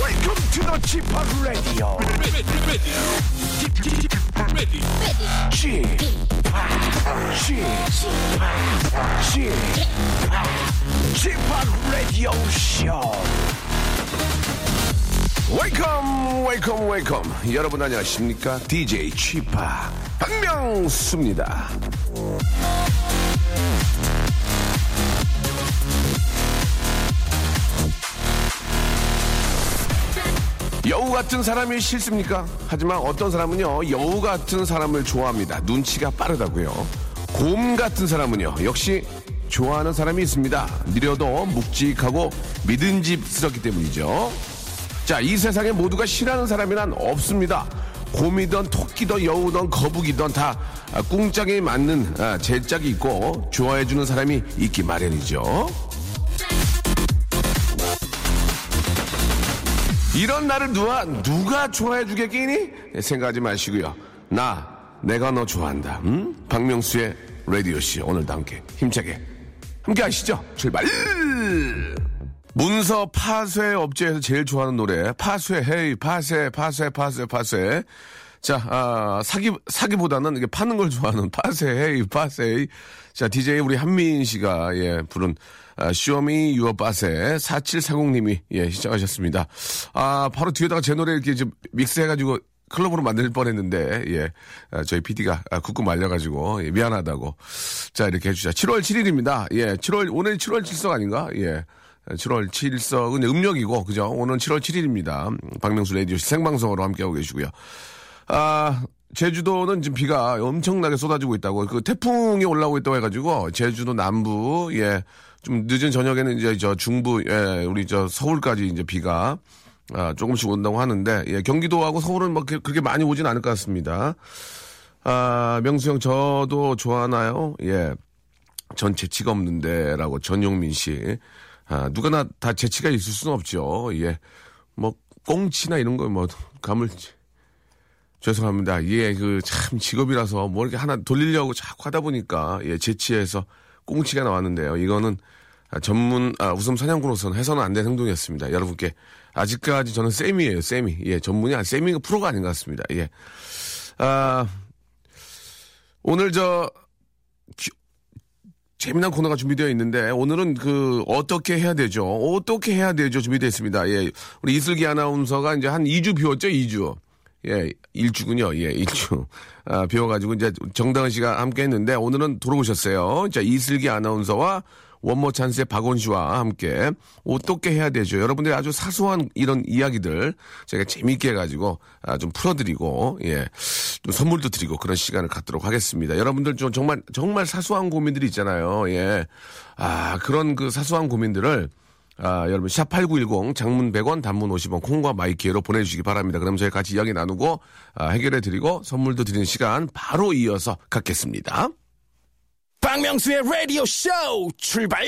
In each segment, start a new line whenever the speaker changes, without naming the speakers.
Welcome to the g p o p Radio. g p o p g p o p Radio Show. Welcome, welcome, welcome. 여러분 안녕하십니까? DJ g p o p 박명수입니다. 여우 같은 사람이 싫습니까? 하지만 어떤 사람은요, 여우 같은 사람을 좋아합니다. 눈치가 빠르다고요. 곰 같은 사람은요, 역시 좋아하는 사람이 있습니다. 느려도 묵직하고 믿음직스럽기 때문이죠. 자, 이 세상에 모두가 싫어하는 사람이란 없습니다. 곰이든 토끼든 여우든 거북이든 다 아, 꿍짝에 맞는 아, 제짝이 있고 좋아해주는 사람이 있기 마련이죠. 이런 나를 누가 누가 좋아해 주겠니? 생각하지 마시고요. 나 내가 너 좋아한다. 응? 박명수의 라디오 씨 오늘도 함께 힘차게 함께 하시죠. 출발. 문서 파쇄 업체에서 제일 좋아하는 노래 파쇄 헤이 파쇄 파쇄 파쇄 파쇄 자 아, 사기 사기보다는 이게 파는 걸 좋아하는 파쇄 헤이 파쇄 헤이. 자 DJ 우리 한민 씨가 예 부른 아, 쇼미 유어 빠세 4740님이 예 시작하셨습니다 아 바로 뒤에다가 제 노래 이렇게 좀 믹스해가지고 클럽으로 만들 뻔했는데 예 아, 저희 PD가 굳고 말려가지고 예, 미안하다고 자 이렇게 해주자 7월 7일입니다 예 7월 오늘 7월 7석 아닌가 예 7월 7일석은 음력이고 그죠 오늘 7월 7일입니다 박명수 라디오 시 생방송으로 함께하고 계시고요 아 제주도는 지금 비가 엄청나게 쏟아지고 있다고 그 태풍이 올라오고 있다고 해가지고 제주도 남부 예 좀 늦은 저녁에는 이제 저 중부 예 우리 저 서울까지 이제 비가 아, 조금씩 온다고 하는데 예 경기도하고 서울은 뭐 그렇게 그렇게 많이 오진 않을 것 같습니다 아 명수 형 저도 좋아하나요 예 전 재치가 없는데라고 전용민 씨. 아, 누가나 다 재치가 있을 수는 없죠. 예. 뭐, 꽁치나 이런 거 뭐, 감을. 죄송합니다. 예, 그, 참, 직업이라서 뭐 이렇게 하나 돌리려고 자꾸 하다 보니까, 예, 재치에서 꽁치가 나왔는데요. 이거는 아, 전문, 아, 웃음 사냥꾼으로서는 해서는 안 되는 행동이었습니다. 여러분께. 아직까지 저는 쌤이에요, 쌤이. 예, 전문이 아니, 쌤이 프로가 아닌 것 같습니다. 예. 아, 오늘 저, 재미난 코너가 준비되어 있는데 오늘은 그 어떻게 해야 되죠? 어떻게 해야 되죠? 준비되어 있습니다. 예. 우리 이슬기 아나운서가 이제 한 2주 비웠죠? 2주. 예, 1주군요. 예, 1주. 아, 비워 가지고 이제 정다은 씨가 함께 했는데 오늘은 돌아오셨어요. 자, 이슬기 아나운서와 원모 찬스의 박원 씨와 함께 어떻게 해야 되죠? 여러분들이 아주 사소한 이런 이야기들 제가 재미있게 해가지고 아, 좀 풀어드리고 예, 좀 선물도 드리고 그런 시간을 갖도록 하겠습니다. 여러분들 좀 정말 정말 사소한 고민들이 있잖아요. 예, 아 그런 그 사소한 고민들을 아, 여러분, 샵8910, 장문 100원, 단문 50원, 콩과 마이키로 보내주시기 바랍니다. 그럼 저희 같이 이야기 나누고, 아, 해결해드리고, 선물도 드리는 시간 바로 이어서 갖겠습니다.
박명수의 라디오 쇼 출발!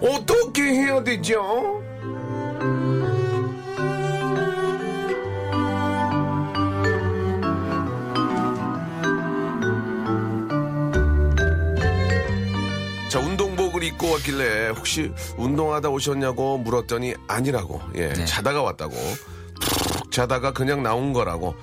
어떻게 해야 되죠? 자 운동복을 입고 왔길래 혹시 운동하다 오셨냐고 물었더니 아니라고 예 자다가 왔다고 푹 자다가 그냥 나온 거라고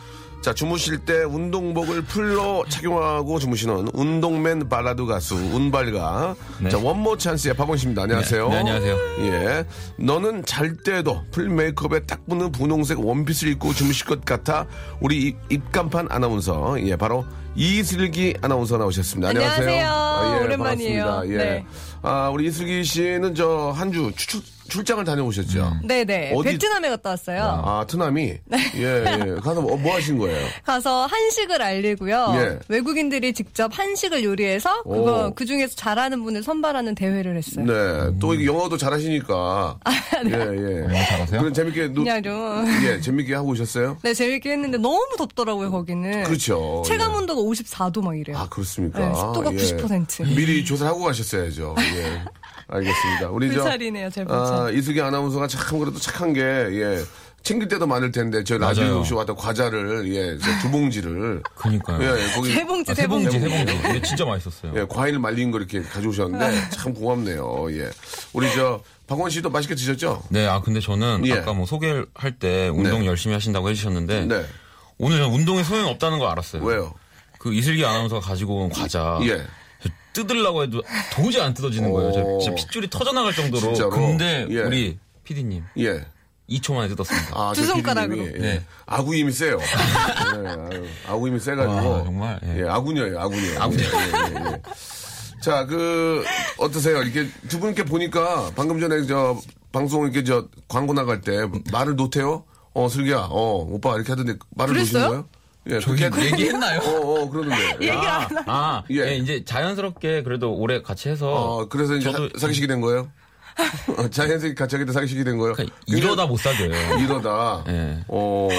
자 주무실 때 운동복을 풀로 착용하고 주무시는 운동맨 발라드 가수 운발가 자 원모 찬스의 박원 씨입니다 안녕하세요
네, 안녕하세요.
예 너는 잘 때도 풀 메이크업에 딱 붙는 분홍색 원피스를 입고 주무실 것 같아 우리 입, 입간판 아나운서 예 바로 이슬기 아나운서 나오셨습니다 안녕하세요,
안녕하세요.
아, 예,
오랜만이에요.
반갑습니다. 예.
네.
아, 우리 이슬기 씨는 저 한 주 추측 출장을 다녀오셨죠?
네네.
어디-
베트남에 갔다 왔어요.
아, 트남이?
네.
예, 예. 가서 뭐, 뭐 하신 거예요?
가서 한식을 알리고요.
예.
외국인들이 직접 한식을 요리해서 그거
오.
그 중에서 잘하는 분을 선발하는 대회를 했어요.
네. 또 이게 영어도 잘하시니까. 예, 예.
잘하세요?
그럼 재밌게, 노,
아, 네. 그냥요.
예, 재밌게 하고 오셨어요?
네, 재밌게 했는데 너무 덥더라고요, 거기는.
그렇죠.
체감
예.
온도가 54도 막 이래요.
아, 그렇습니까?
네, 습도가 90%.
미리 조사를 하고 가셨어야죠. 예. 알겠습니다. 우리 저.
불찰이네요, 제
아,
불찰.
이수기 아나운서가 참 그래도 착한 게, 예. 챙길 때도 많을 텐데, 저희
맞아요.
라디오 쇼 왔던 과자를, 예, 저두 봉지를.
그니까요.
예, 예, 거기.
대봉지,
아,
대봉지.
세봉지, 세봉지. 이게 진짜 맛있었어요.
예, 과일 말린 거 이렇게 가져오셨는데, 참 고맙네요. 예. 우리 저, 박원 씨도 맛있게 드셨죠?
네, 아 근데 저는
예.
아까 뭐 소개를 할 때 운동 열심히 하신다고 해주셨는데
네.
오늘 저는 운동에 소용 없다는 걸 알았어요.
왜요?
그 이슬기 아나운서가 가지고 온 과자.
예.
저 뜯으려고 해도 도저히 안 뜯어지는 거예요. 저
오.
진짜 핏줄이 터져나갈 정도로.
진짜로?
근데
예.
우리 PD님
예.
2초 만에 뜯었습니다.
아,
두
저
손가락으로.
PD님이, 예.
네.
아구 힘이 세요. 네, 아유, 아구 힘이 세가지고.
와, 정말, 예.
예, 아군이에요, 아군이에요.
아군이요.
예, 예, 예. 자, 그, 어떠세요? 이렇게 두 분께 보니까 방금 전에 저 방송 이렇게 저 광고 나갈 때 말을 놓대요? 어, 슬기야, 어, 오빠 이렇게 하던데 말을 놓으신
그랬어요?
거예요? 예, 그렇게
저기 네 얘기했나요?
어, 어, 그러던데.
얘기를 안 하.
아,
예.
예. 이제 자연스럽게 그래도 오래 같이 해서
어, 그래서 이제
저도
사- 사귀시게 된 거예요? 자연스럽게 같이 하게 돼 사귀시게 된 거예요?
그러니까
굉장히-
이러다 못 사겨요.
어, 이러다.
예.
어,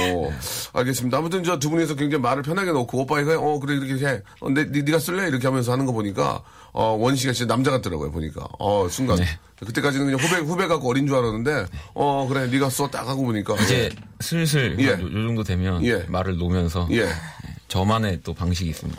알겠습니다. 아무튼 저 두 분이서 굉장히 말을 편하게 놓고 오빠 이거 해. 어 그래 이렇게 해. 어, 내, 니, 가 쓸래 이렇게 하면서 하는 거 보니까 어 원씨가 진짜 남자 같더라고요 보니까. 어 순간
네.
그때까지는 그냥 후배 후배 갖고 어린 줄 알았는데 어 그래 니가 써 딱 하고 보니까
이제 슬슬
예.
요, 요 정도 되면
예.
말을 놓으면서
예. 아.
저만의 또 방식이 있습니다.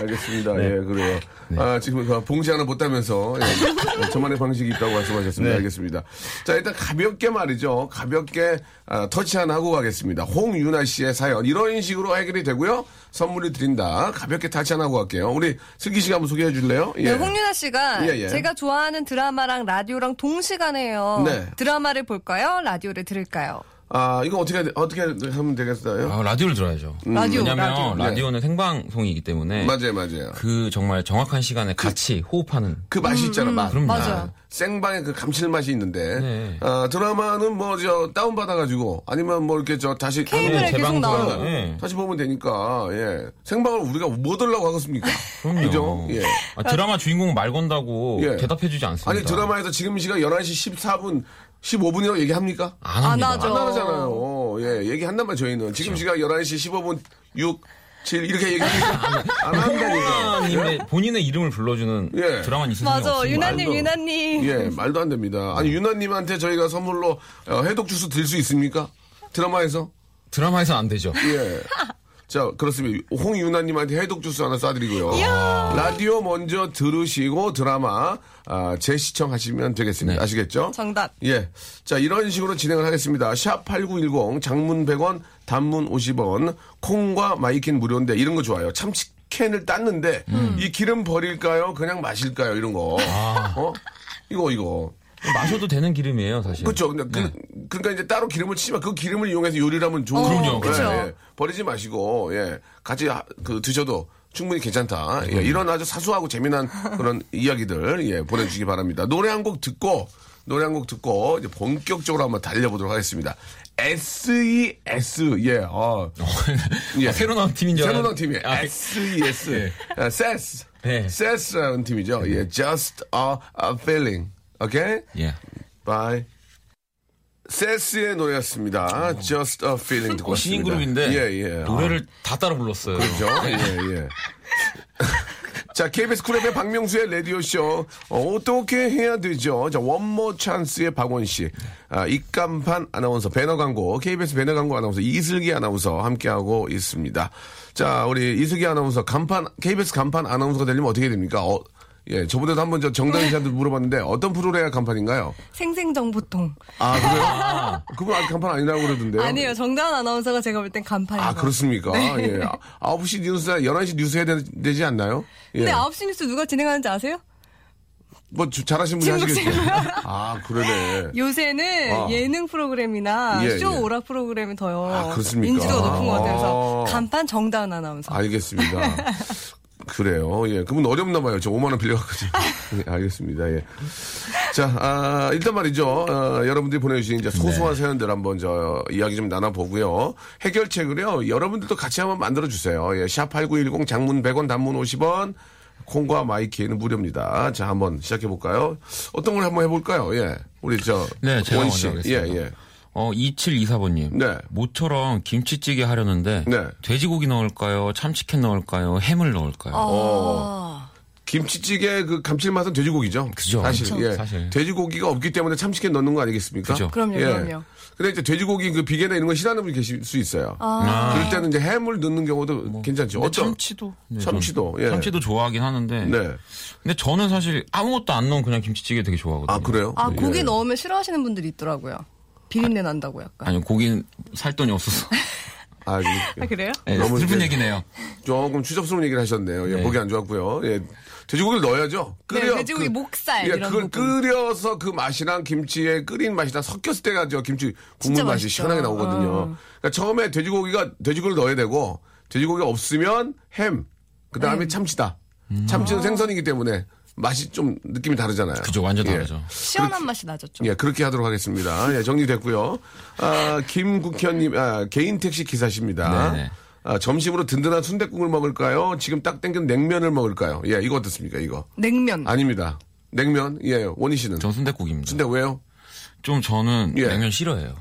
알겠습니다.
네.
예, 그래요. 아, 지금 그 봉지 하나 못 따면서 예, 저만의 방식이 있다고 말씀하셨습니다.
네.
알겠습니다. 자, 일단 가볍게 말이죠. 가볍게 아, 터치 하나 하고 가겠습니다. 홍윤아 씨의 사연. 이런 식으로 해결이 되고요. 선물을 드린다. 가볍게 터치 하나 하고 갈게요. 우리 슬기 씨가 한번 소개해 줄래요? 예.
네, 홍윤아 씨가
예, 예.
제가 좋아하는 드라마랑 라디오랑 동시간에요.
네.
드라마를 볼까요? 라디오를 들을까요?
아, 이거 어떻게, 어떻게 하면 되겠어요?
아, 라디오를 들어야죠.
음,
라디오, 라디오.
왜냐면 네. 라디오. 는 생방송이기 때문에
예. 맞아요, 맞아요. 그,
그 정말 정확한 시간에 같이 호흡하는
음,
맛이 있잖아, 맛.
그럼요.
맞아요.
생방의 그 감칠맛이 있는데
네.
아, 드라마는 뭐 저 다운 받아가지고 아니면 뭐 이렇게 저 다시
케이블에
하는-
계속
네, 재방송.
나오는.
예.
어. 다시 보면 되니까 예. 생방을 우리가 뭐 들라고 하겠습니까?
그럼요.
그죠? 예.
아, 드라마 주인공 말 건다고
예.
대답해주지 않습니다.
아니 드라마에서 지금 시간 11시 14분 15분이라고 얘기합니까?
안 합니다.
안 하죠.
안 하잖아요. 예, 얘기한단 말이에요, 저희는. 지금 시간 11시 15분 6, 7 이렇게 얘기하니까 안 한다니까.
유나님의 본인의 이름을 불러주는
예.
드라마는 있을 수는
맞아,
없어요.
유나님, 유나님.
예, 말도 안 됩니다. 아니, 유나님한테 저희가 선물로 어, 해독 주스 드릴 수 있습니까? 드라마에서?
드라마에서 안 되죠.
예. 자, 그렇습니다. 홍유나님한테 해독 주스 하나 쏴드리고요. 라디오 먼저 들으시고 드라마 아, 재시청하시면 되겠습니다. 아시겠죠?
정답.
예. 자, 이런 식으로 진행을 하겠습니다. 샵8910 장문 100원, 단문 50원, 콩과 마이킨 무료인데 이런 거 좋아요. 참치 캔을 땄는데 이 기름 버릴까요? 그냥 마실까요? 이런 거. 어? 이거 이거.
마셔도 되는 기름이에요, 사실.
그렇죠. 근데
네.
그, 그러니까 이제 따로 기름을 치지만 그 기름을 이용해서 요리를 하면 좋은
그럼요.
거예요.
그렇죠.
그쵸.
예, 예. 버리지 마시고 예. 같이 하- 그 드셔도 충분히 괜찮다.
음.
예, 이런 아주 사소하고 재미난 그런 이야기들 예, 보내주시기 바랍니다. 노래 한 곡 듣고 노래 한 곡 듣고 이제 본격적으로 한번 달려보도록 하겠습니다. SES 예. 어. 예.
아, 새로 나온 팀인 줄
새로
알았는데.
나온 팀이
아,
SES. 아, SES.
네.
E SES라는 팀이죠. 예. Just a, a feeling. 오케이?
예.
바이. 세스의 노래였습니다. Just a feeling 듣고
어, 신인
왔습니다.
그룹인데
예, 예.
노래를 다 따라 불렀어요.
아, 그렇죠. 예, 예. 자, KBS 쿨랩의 박명수의 라디오쇼. 어, 떻게 해야 되죠? 자, 원모 찬스의 박원 씨. 아, 입간판 아나운서, 배너 광고, KBS 배너 광고 아나운서, 이슬기 아나운서 함께하고 있습니다. 자, 우리 이슬기 아나운서, 간판, KBS 간판 아나운서가 되려면 어떻게 됩니까? 어, 예, 저번에도 한번 저 정당인사한테 물어봤는데 어떤 프로그램 간판인가요?
생생정보통.
아, 그래요? 그건 아직 간판 아니라고 그러던데요?
아니에요. 네. 정다은 아나운서가 제가 볼 땐 간판이에요.
아, 그렇습니까? 예. 아, 9시 뉴스, 11시 뉴스 해야 되, 지 않나요? 예.
근데 9시 뉴스 누가 진행하는지 아세요?
뭐, 주- 잘하신 분이
진국
하시겠죠?
씨가요?
아, 그러네.
요새는
아.
예능 프로그램이나
예,
쇼
예.
오락 프로그램이 더요.
아, 그렇습니까?
인지도가 높은 것 같아서
아.
간판 정다은 아나운서.
알겠습니다. 그래요. 예. 그분 어렵나 봐요. 저 5만원 빌려갔거든요. 예, 알겠습니다. 예. 자, 아, 일단 말이죠. 어, 여러분들이 보내주신 이제
네.
소소한 사연들 한번 저 이야기 좀 나눠보고요. 해결책을요. 여러분들도 같이 한번 만들어주세요. 예, 샵8910 장문 100원 단문 50원. 콩과 마이키는 무료입니다. 자, 한번 시작해볼까요? 어떤 걸 한번 해볼까요? 예. 우리 저.
네, 제가
원
먼저
씨. 예,
하겠습니다.
예.
어, 2724번님.
네.
모처럼 김치찌개 하려는데
네.
돼지고기 넣을까요? 참치캔 넣을까요? 햄을 넣을까요?
아,
어. 김치찌개 그 감칠맛은 돼지고기죠.
그죠.
사실,
그쵸.
예.
사실.
돼지고기가 없기 때문에 참치캔 넣는 거 아니겠습니까?
그죠.
그럼요,
예.
그럼요.
근데 이제 돼지고기 그 비계나 이런 거 싫어하는 분이 계실 수 있어요.
아.
그럴 때는 이제 햄을 넣는 경우도 괜찮죠.
근데
어떤
참치도. 뭐. 네, 저는
참치도, 예.
참치도 좋아하긴 하는데.
네.
근데 저는 사실 아무것도 안 넣은 그냥 김치찌개 되게 좋아하거든요.
아 그래요?
아, 고기
예.
넣으면 싫어하시는 분들이 있더라고요. 비린내 난다고 약간.
아니, 고기는 살 돈이 없어서.
아, 이-
아, 그래요?
네,
너무
슬픈
이제-
얘기네요.
조금 추접스러운 얘기를 하셨네요. 예,
네.
목이 안 좋았고요. 예. 돼지고기를 넣어야죠.
네,
끓여
돼지고기
그-
목살
예,
이런
그걸
부분.
끓여서 그 맛이랑 김치의 끓인 맛이랑 섞였을 때가 저 김치 국물
진짜
맛이
맛있죠.
시원하게 나오거든요.
어.
그러니까 처음에 돼지고기가 돼지고기를 넣어야 되고 돼지고기가 없으면 햄, 그 다음에
네.
참치다. 참치는
아.
생선이기 때문에 맛이 좀 느낌이 다르잖아요.
그죠, 완전
예.
다르죠.
시원한 맛이 나죠, 좀.
예, 그렇게 하도록 하겠습니다. 예, 정리됐고요. 아, 김국현님, 아, 개인 택시 기사십니다.
네네.
아, 점심으로 든든한 순댓국을 먹을까요? 지금 딱 땡긴 냉면을 먹을까요? 예, 이거 어떻습니까, 이거?
냉면.
아닙니다. 냉면? 예, 원희 씨는.
전 순대국입니다.
근데 왜요?
좀 저는
예.
냉면 싫어해요.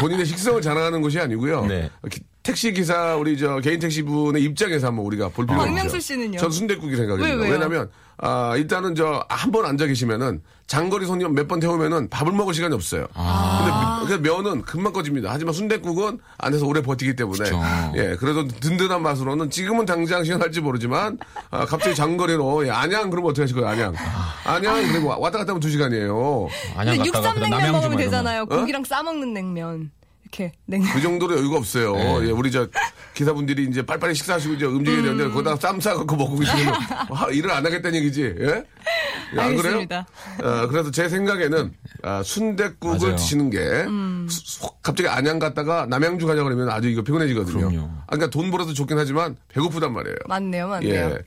본인의 식성을 자랑하는 것이 아니고요.
네.
기- 택시 기사 우리 저 개인 택시 분의 입장에서 한번 우리가 볼 필요가 있죠.
박명수 씨는요?
전 순대국이 생각해요.
왜, 왜요?
왜냐면 아, 일단은 저 한 번 앉아 계시면은 장거리 손님 몇 번 태우면은 밥을 먹을 시간이 없어요.
아.
근데 그 면은 금방 꺼집니다. 하지만 순대국은 안에서 오래 버티기 때문에
그쵸.
예, 그래도 든든한 맛으로는 지금은 당장 시원할지 모르지만 아, 갑자기 장거리로 예, 안양 그러면 어떻게 하실 거예요? 안양.
아.
안양 그리고 왔다 갔다 하면 두 시간이에요.
안양
근데
갔다가 그다음
육삼냉면
남양주 막
먹으면
이러면.
되잖아요. 고기랑 싸먹는 냉면. 이렇게 냉면.
어? 그 정도로 여유가 없어요.
네.
예, 우리 저 기사분들이 이제 빨리빨리 식사하시고 이제 움직여야
음.
되는데 거기다가 쌈 싸갖고 먹고 계시면 아, 일을 안 하겠다는 얘기지. 예? 예, 안 그래요?
알겠습니다.
어, 그래서 제 생각에는 아, 순대국을
맞아요.
드시는 게
음.
수- 수- 갑자기 안양 갔다가 남양주 가냐 그러면 아주 이거 피곤해지거든요.
그럼요.
아, 그러니까 돈 벌어서 좋긴 하지만 배고프단 말이에요.
맞네요, 맞네요.
예.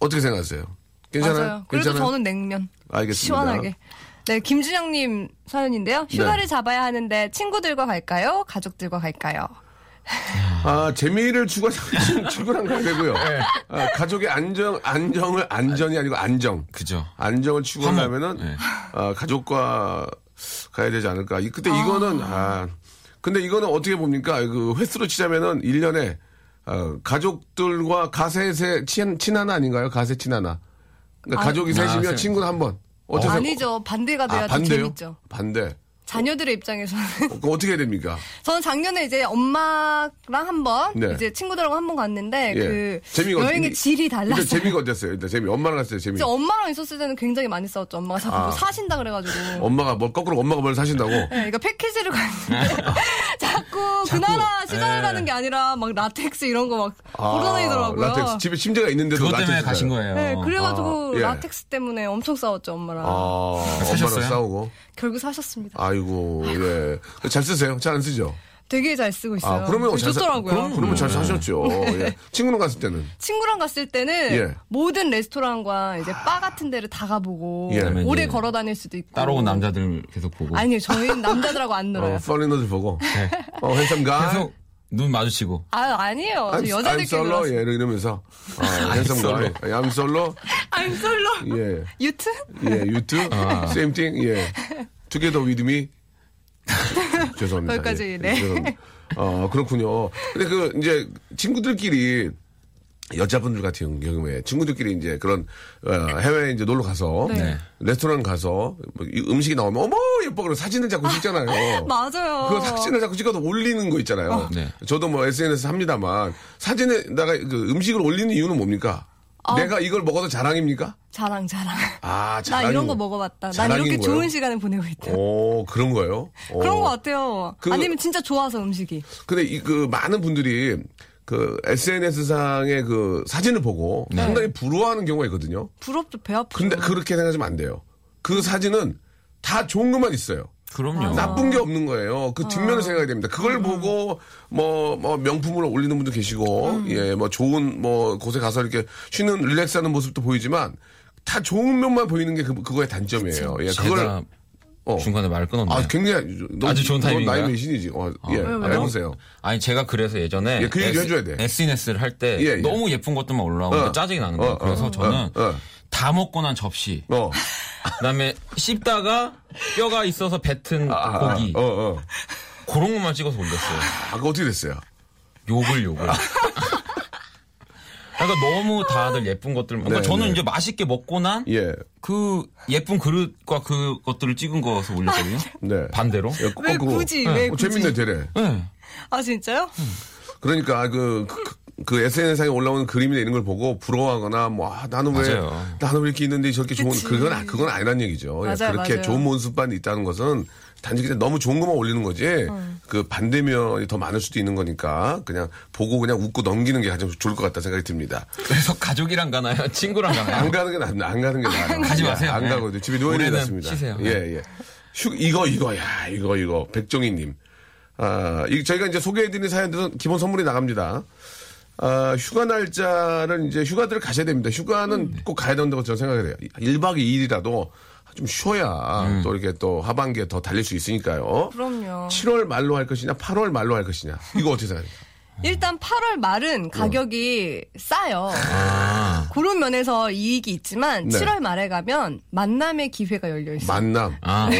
어떻게 생각하세요? 괜찮아요?
맞아요. 그래도
괜찮아요?
저는 냉면.
알겠습니다. 네.
시원하게. 네, 김준영님 사연인데요. 휴가를 잡아야 하는데 친구들과 갈까요? 가족들과 갈까요?
아, 재미를 추구하시는 친구랑 가야 되고요.
네.
아, 가족의 안정, 안정을, 안전이 아니고 안정.
그죠.
안정을 추구하려면은,
화목. 네.
아, 가족과 가야 되지 않을까. 이- 그때 이거는, 아, 근데 이거는 어떻게 봅니까? 그 횟수로 치자면은 1년에, 어, 가족들과 가세세 친, 친하나 아닌가요? 가세 친하나. 그러니까 가족이 셋이면
아,
친구는 한 번. 어떠세요?
아니죠. 네. 반대가 돼야
아,
더
반대요?
재밌죠.
반대.
자녀들의 입장에서는.
그 어떻게 해야 됩니까?
저는 작년에 이제 엄마랑 한 번,
네.
이제 친구들하고 한 번 갔는데,
예.
그,
재미가
여행의
어디-
질이
일단
달랐어요.
재미가 어땠어요? 일단 재미. 엄마랑 갔을 때 재미.
진짜 엄마랑 있었을 때는 굉장히 많이 싸웠죠. 엄마가 자꾸
아. 어.
뭐 사신다 그래가지고.
엄마가 뭘 거꾸로 엄마가 뭘 사신다고.
네, 그러니까 패키지를 갔는데 자꾸, 그 나라 시장을
예.
가는 게 아니라 막 라텍스 이런 거막
아,
고르내더라고요.
라텍스 집에 침대가 있는데도
그것 때문에
라텍스
가신
사요.
거예요.
네, 그래가지고
어, 아, 예.
라텍스 때문에 엄청 싸웠죠 엄마랑.
아, 엄마랑
사셨어요?
싸우고.
결국 사셨습니다.
아이고, 예. 잘 쓰세요? 잘 안 쓰죠?
되게 잘 쓰고 있어요.
아, 그러면
되게
잘 사-
좋더라고요.
그럼, 그러면
네.
잘 사셨죠. 예. 친구랑 갔을 때는.
친구랑 갔을 때는
예.
모든 레스토랑과 이제 바 같은 데를 다 가보고
예.
오래
예.
걸어 다닐 수도 있고.
따로 온 남자들 계속 보고.
뭐 아니요, 저희는 남자들하고 안 놀아요. 네.
어, 펄리너들 보고. 어, 헨섬 가.
계속 눈 마주치고.
아 아니에요. 저
I'm
여자들끼리
solo,
놀았어요.
예, 이러면서. 아, 헨섬 가.
솔로.
I'm solo.
I'm solo.
예.
유튜?
예, you too.
아.
Same thing. 예. Together with me. 죄송합니다.
거기까지,
예.
네.
죄송합니다. 어, 그렇군요. 근데 그, 이제, 친구들끼리, 여자분들 같은 경우에 친구들끼리 이제 그런 어, 해외에 이제 놀러 가서
네.
레스토랑 가서 뭐 이 음식이 나오면 어머 예뻐 그런 사진을 자꾸 찍잖아요.
맞아요.
그 사진을 자꾸 찍어서 올리는 거 있잖아요.
네.
저도 뭐 SNS 합니다만 사진에다가 그 음식을 올리는 이유는 뭡니까?
아.
내가 이걸 먹어서 자랑입니까?
자랑 자랑.
아,
나
자랑인
이런 거
거-
먹어봤다. 난
자랑인
이렇게
거예요?
좋은 시간을 보내고 있다.
오, 그런 거예요? 오.
그런 거 같아요.
그-
아니면 진짜 좋아서 음식이.
근데 이 그 많은 분들이 그 SNS상의 그 사진을 보고
네.
상당히 부러워하는 경우가 있거든요.
부럽죠 배 아프죠.
근데 그렇게 생각하시면 안 돼요. 그 사진은 다그 좋은 것만 있어요.
아.
그럼요.
나쁜 게 없는 거예요.
어.
그 뒷면을 생각해야 됩니다. 그걸
음.
보고 뭐, 뭐 명품을 올리는 분도 계시고
음.
예, 뭐 좋은 뭐 곳에 가서 이렇게 쉬는 릴렉스하는 모습도 보이지만 다 좋은 면만 보이는 게 그, 그거의 단점이에요. 예, 그걸
제가
어.
중간에 말 끊었네요.
아 굉장히 너,
아주 좋은
너
타이밍인가요?
나이 몇신이지? 어, 예,
아,
아, 해보세요.
아니 제가 그래서 예전에
예, 그 얘기 해줘야 돼.
SNS를 할 때
예, 예.
너무 예쁜 것들만 올라오고
어.
짜증이 나는 거예요.
어,
그래서
어,
저는
어, 어.
다 먹고 난 접시,
어,
그다음에 씹다가 뼈가 있어서 뱉은
아,
고기
어, 어.
그런 것만 찍어서 올렸어요.
아, 그거 어떻게 됐어요?
욕을 욕을. 그러니까 너무 다들 예쁜 것들만. 그러니까
네,
저는
네.
이제 맛있게 먹고 난 그
예,
예쁜 그릇과 그 것들을 찍은 거서 올렸거든요.
네.
반대로.
예, 꼭
왜
그거.
굳이, 왜
어,
굳이.
재밌네, 되래.
네.
아, 진짜요?
그러니까 그, 그, 그 SNS상에 올라오는 그림이나 이런 걸 보고 부러워하거나 뭐 아, 나는 왜
맞아요.
나는 왜 이렇게 있는데 저렇게 좋은
그치.
그건 아- 그건 아니란 얘기죠. 예,
맞아요,
그렇게
맞아요.
좋은 모습만 있다는 것은 단지 그냥 너무 좋은 것만 올리는 거지
어.
그 반대면이 더 많을 수도 있는 거니까 그냥 보고 그냥 웃고 넘기는 게 가장 좋을 것 같다 생각이 듭니다.
그래서 가족이랑 가나요? 친구랑 가나요?
안 가는 게 낫나 안 가는 게 나아요.
가지
예,
마세요.
안
예.
가고 집에 누워 있는 게
올해는
낫습니다.
쉬세요.
예, 예. 휴 이거 이거야 이거 이거 백종희님. 아, 이, 저희가 이제 소개해드린 사연들은 기본 선물이 나갑니다. 아, 휴가 날짜는 이제 휴가들을 가셔야 됩니다. 휴가는
음.
꼭 가야 된다고 저는 생각이 돼요. 1박 2일이라도 좀 쉬어야
음.
또 이렇게 또 하반기에 더 달릴 수 있으니까요.
그럼요.
7월 말로 할 것이냐, 8월 말로 할 것이냐. 이거 어떻게 생각해요?
일단
어.
8월 말은 가격이 싸요. 그런 면에서 이익이 있지만
아. 네.
7월 말에 가면 만남의 기회가 열려 있어요.
만남.
아,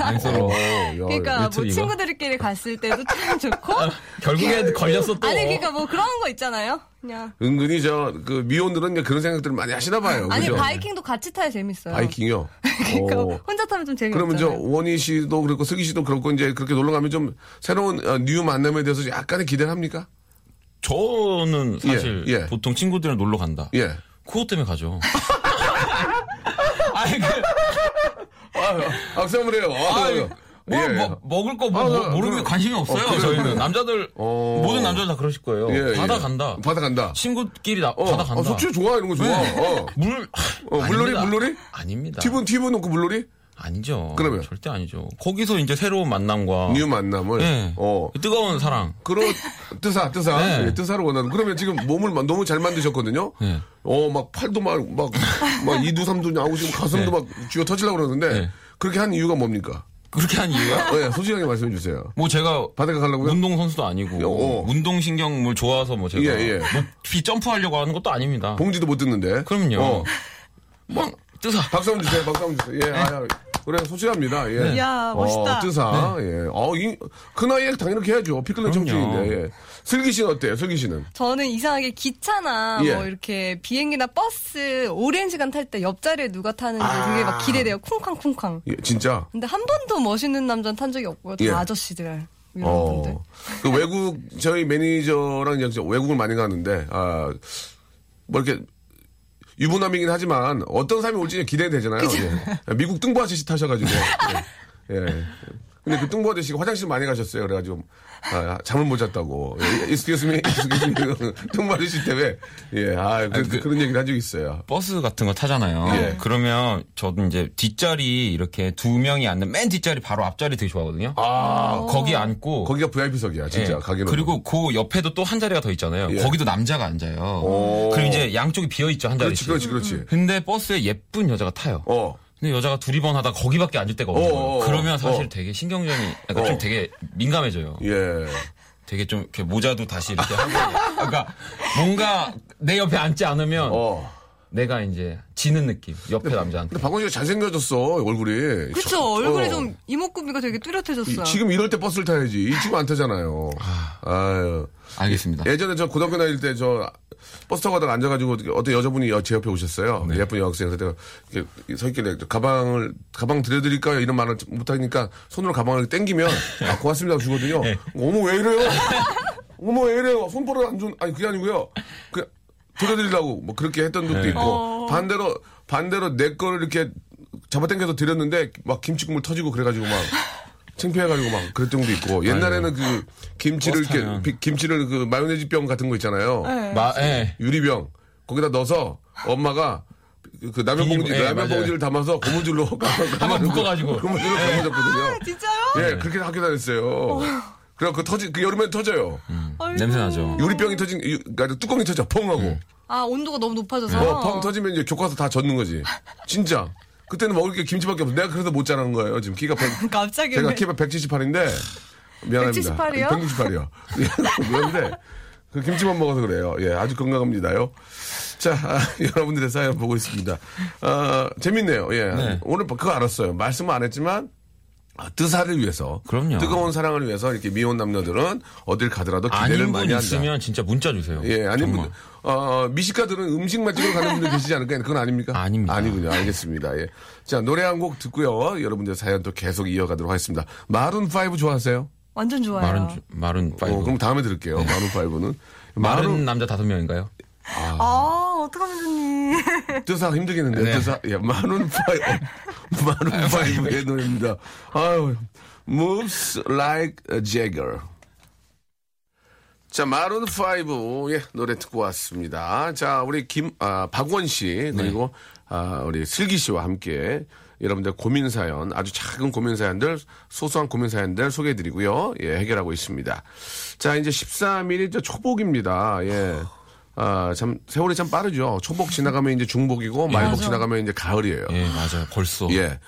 안쓰러워.
어, 야, 아,
그러니까
유튜브
뭐
이거?
친구들끼리 갔을 때도 참 좋고
아, 결국에 걸렸어 또.
아니 그러니까 뭐 그런 거 있잖아요. 그냥
은근히 저 그 미혼들은 이제 그런 생각들을 많이 하시나 봐요.
아니
그죠?
바이킹도 같이 타야 재밌어요.
바이킹요.
그러니까
오.
혼자 타면 좀
그러면
재미없잖아요.
저 원희 씨도 그렇고 슬기 씨도 그렇고 이제 그렇게 놀러 가면 좀 새로운 어, 뉴 만남에 대해서 약간의 기대를 합니까?
저는 사실
예, 예.
보통 친구들이랑 놀러 간다.
예.
그것 때문에 가죠. 아니 그
악수한번 해요. 아,
아이,
예.
뭐,
예.
뭐, 먹을 거 뭐,
아,
뭐
아,
모르는
그래.
게 관심이 없어요.
어, 그래요?
저희는 남자들
어.
모든 남자들 다 그러실 거예요.
예, 예.
바다 간다.
바다 간다.
친구끼리 나,
어,
바다 간다.
어, 솔직히 좋아 이런 거 좋아. 어.
물
어, 물놀이,
아닙니다.
물놀이?
아닙니다.
팁은 팁은 놓고 물놀이?
아니죠.
그러면?
절대 아니죠. 거기서 이제 새로운 만남과
뉴 만남을.
예.
어.
뜨거운 사랑.
그런 뜨사 뜨사
네.
예, 뜨사로 원하는 그러면 지금 몸을 막 너무 잘 만드셨거든요.
네.
어막 팔도 막 막 막 이두 삼두 나오고 지금 가슴도
네.
막 쥐어 터지려고 그러는데
네.
그렇게 한 이유가 뭡니까?
그렇게 한 이유야?
예, 솔직하게 말씀해 주세요.
뭐 제가
바다가 가려고요?
운동 선수도 아니고
어.
운동 신경을 좋아서 뭐 제가
예, 예.
높이 점프하려고 하는 것도 아닙니다.
봉지도 못 듣는데.
그럼요.
어.
뭐 뜨사.
박수 한번 주세요. 박수 한번 주세요.
네.
예. 아, 야. 그래 소실합니다. 예.
이야, 멋있다.
어, 뜨사. 예. 어, 이, 그 나이에 당연히 이렇게 해야죠. 피클린
네. 그럼요.
청춘인데. 예. 슬기 씨는 어때요? 슬기 씨는?
저는 이상하게 기차나
예.
뭐 이렇게 비행기나 버스 오랜 시간 탈 때 옆자리에 누가 타는지
아.
그게 막 기대돼요. 쿵쾅쿵쾅.
예, 진짜.
근데 한 번도 멋있는 남자는 탄 적이 없고요. 다
예.
아저씨들 이런 분들.
어. 그 외국 저희 매니저랑 이제 저 외국을 많이 가는데 아, 뭐 이렇게 유부남이긴 하지만 어떤 사람이 올지 기대되잖아요. 예. 미국 뚱보 아저씨 타셔가지고. 예. 예. 근데 그 뚱보 아저씨가 화장실 많이 가셨어요. 그래가지고 아, 잠을 못 잤다고. 예, excuse me, excuse me. 뚱보 아저씨 때문에 예, 아, 그,
그-
런 얘기를 한 적이 있어요.
버스 같은 거 타잖아요.
예.
그러면 저도 이제 뒷자리 이렇게 두 명이 앉는 맨 뒷자리 바로 앞자리 되게 좋아하거든요.
아,
거기 앉고
거기가 VIP석이야, 진짜
예.
가게는.
그리고 그 옆에도 또 한 자리가 더 있잖아요.
예.
거기도 남자가 앉아요. 그럼 이제 양쪽이 비어 있죠 한
그렇지,
자리씩.
그렇지, 그렇지.
근데 버스에 예쁜 여자가 타요.
어,
근데 여자가 두리번 하다 거기밖에 앉을 데가 없는
어, 어,
거예요.
어.
그러면 사실
어.
되게 신경전이 약간
어.
좀 되게 민감해져요.
예.
되게 좀 이렇게 모자도 다시 이렇게 하고 그러니까 뭔가 내 옆에 앉지 않으면
어.
내가 이제 지는 느낌. 옆에 남자한테.
근데 박원 씨가 잘생겨졌어 얼굴이.
그쵸
저-
얼굴에
어.
좀 이목구비가 되게 뚜렷해졌어요.
이- 지금 이럴 때 버스를 타야지. 이 지금 안 타잖아요. 아유.
알겠습니다.
예전에 저 고등학교 다닐 때 저 버스 타고 가다가 앉아가지고 어떤 여자분이 여- 제 옆에 오셨어요.
네.
예쁜 여학생. 그래서 내가 이렇게 서 있길래 가방을, 가방 드려드릴까요? 이런 말을 못하니까 손으로 가방을 땡기면 아, 고맙습니다 하고 주거든요.
네.
어머, 왜 이래요? 어머, 왜 이래요? 손버릇 안 좋은, 아니, 그게 아니고요. 그, 드려드리려고 뭐 그렇게 했던 적도
네.
있고
어.
반대로, 반대로 내 거를 이렇게 잡아당겨서 드렸는데 막 김치국물 터지고 그래가지고 막 창피해가지고 막 그랬던 것도 있고 옛날에는 그 김치를
버스
이렇게
타면.
비- 김치를 그 마요네즈 아. 병 같은 거 있잖아요.
마, 예.
유리병 거기다 넣어서 엄마가 그 라면
비닐,
봉지
예,
라면
맞아요.
봉지를 담아서 고무줄로
한번 묶어가지고.
고무줄로 감아줬거든요.
진짜요?
예, 그렇게 학교 다녔어요. 그래 그 터지 그 여름에 터져요.
아이고.
냄새 나죠.
유리병이 터진 유- 그러니까 뚜껑이 터져 펑하고
아 온도가 너무 높아져서.
음. 어, 펑 터지면 이제 교과서 다 젖는 거지. 진짜. 그때는 먹을 게 김치밖에 없어. 내가 그래서 못 자란 거예요. 지금 키가 100,
갑자기
제가
왜-
키가 178인데 미안합니다.
178 이요?
168이요. 그런데 그 김치만 먹어서 그래요. 예, 아주 건강합니다요. 자, 아, 여러분들의 사연 보고 있습니다. 아, 재밌네요. 예, 오늘 그거 알았어요. 말씀은 안 했지만. 아, 뜨사를 위해서
그럼요.
뜨거운 사랑을 위해서 이렇게 미혼 남녀들은 어딜 가더라도 기대를
아닌 분
많이 한다.
있으면 진짜 문자 주세요.
예, 아닌
정말.
분, 어, 미식가들은 음식만 찍으러 가는 분들 계시지 않을까요? 그건 아닙니까?
아닙니다.
아니군요. 알겠습니다. 예. 자, 노래 한 곡 듣고요. 여러분들 사연 또 계속 이어가도록 하겠습니다. 마룬5 좋아하세요?
완전 좋아요.
마른 주- 마른 파이브.
어, 그럼 다음에 들을게요. 마룬5는.
네. 마른
마룬,
남자 다섯 명인가요?
아 어떡하면 좋니?
뜨사 아, 힘들겠는데,
네.
뜨사. 예, 마룬5. 마룬5의 노래입니다. 아유, moves like a jagger. 자, 마룬 5 예, 노래 듣고 왔습니다. 자, 우리 김 아, 박원 씨 그리고 아, 우리 슬기 씨와 함께 여러분들 고민 사연, 아주 작은 고민 사연들, 소소한 고민 사연들 소개해 드리고요. 예, 해결하고 있습니다. 자, 이제 13일이 이제 초복입니다. 예. 아, 참 세월이 참 빠르죠. 초복 지나가면 이제 중복이고 말복
맞아.
지나가면 이제 가을이에요.
예, 맞아요. 벌써.
예.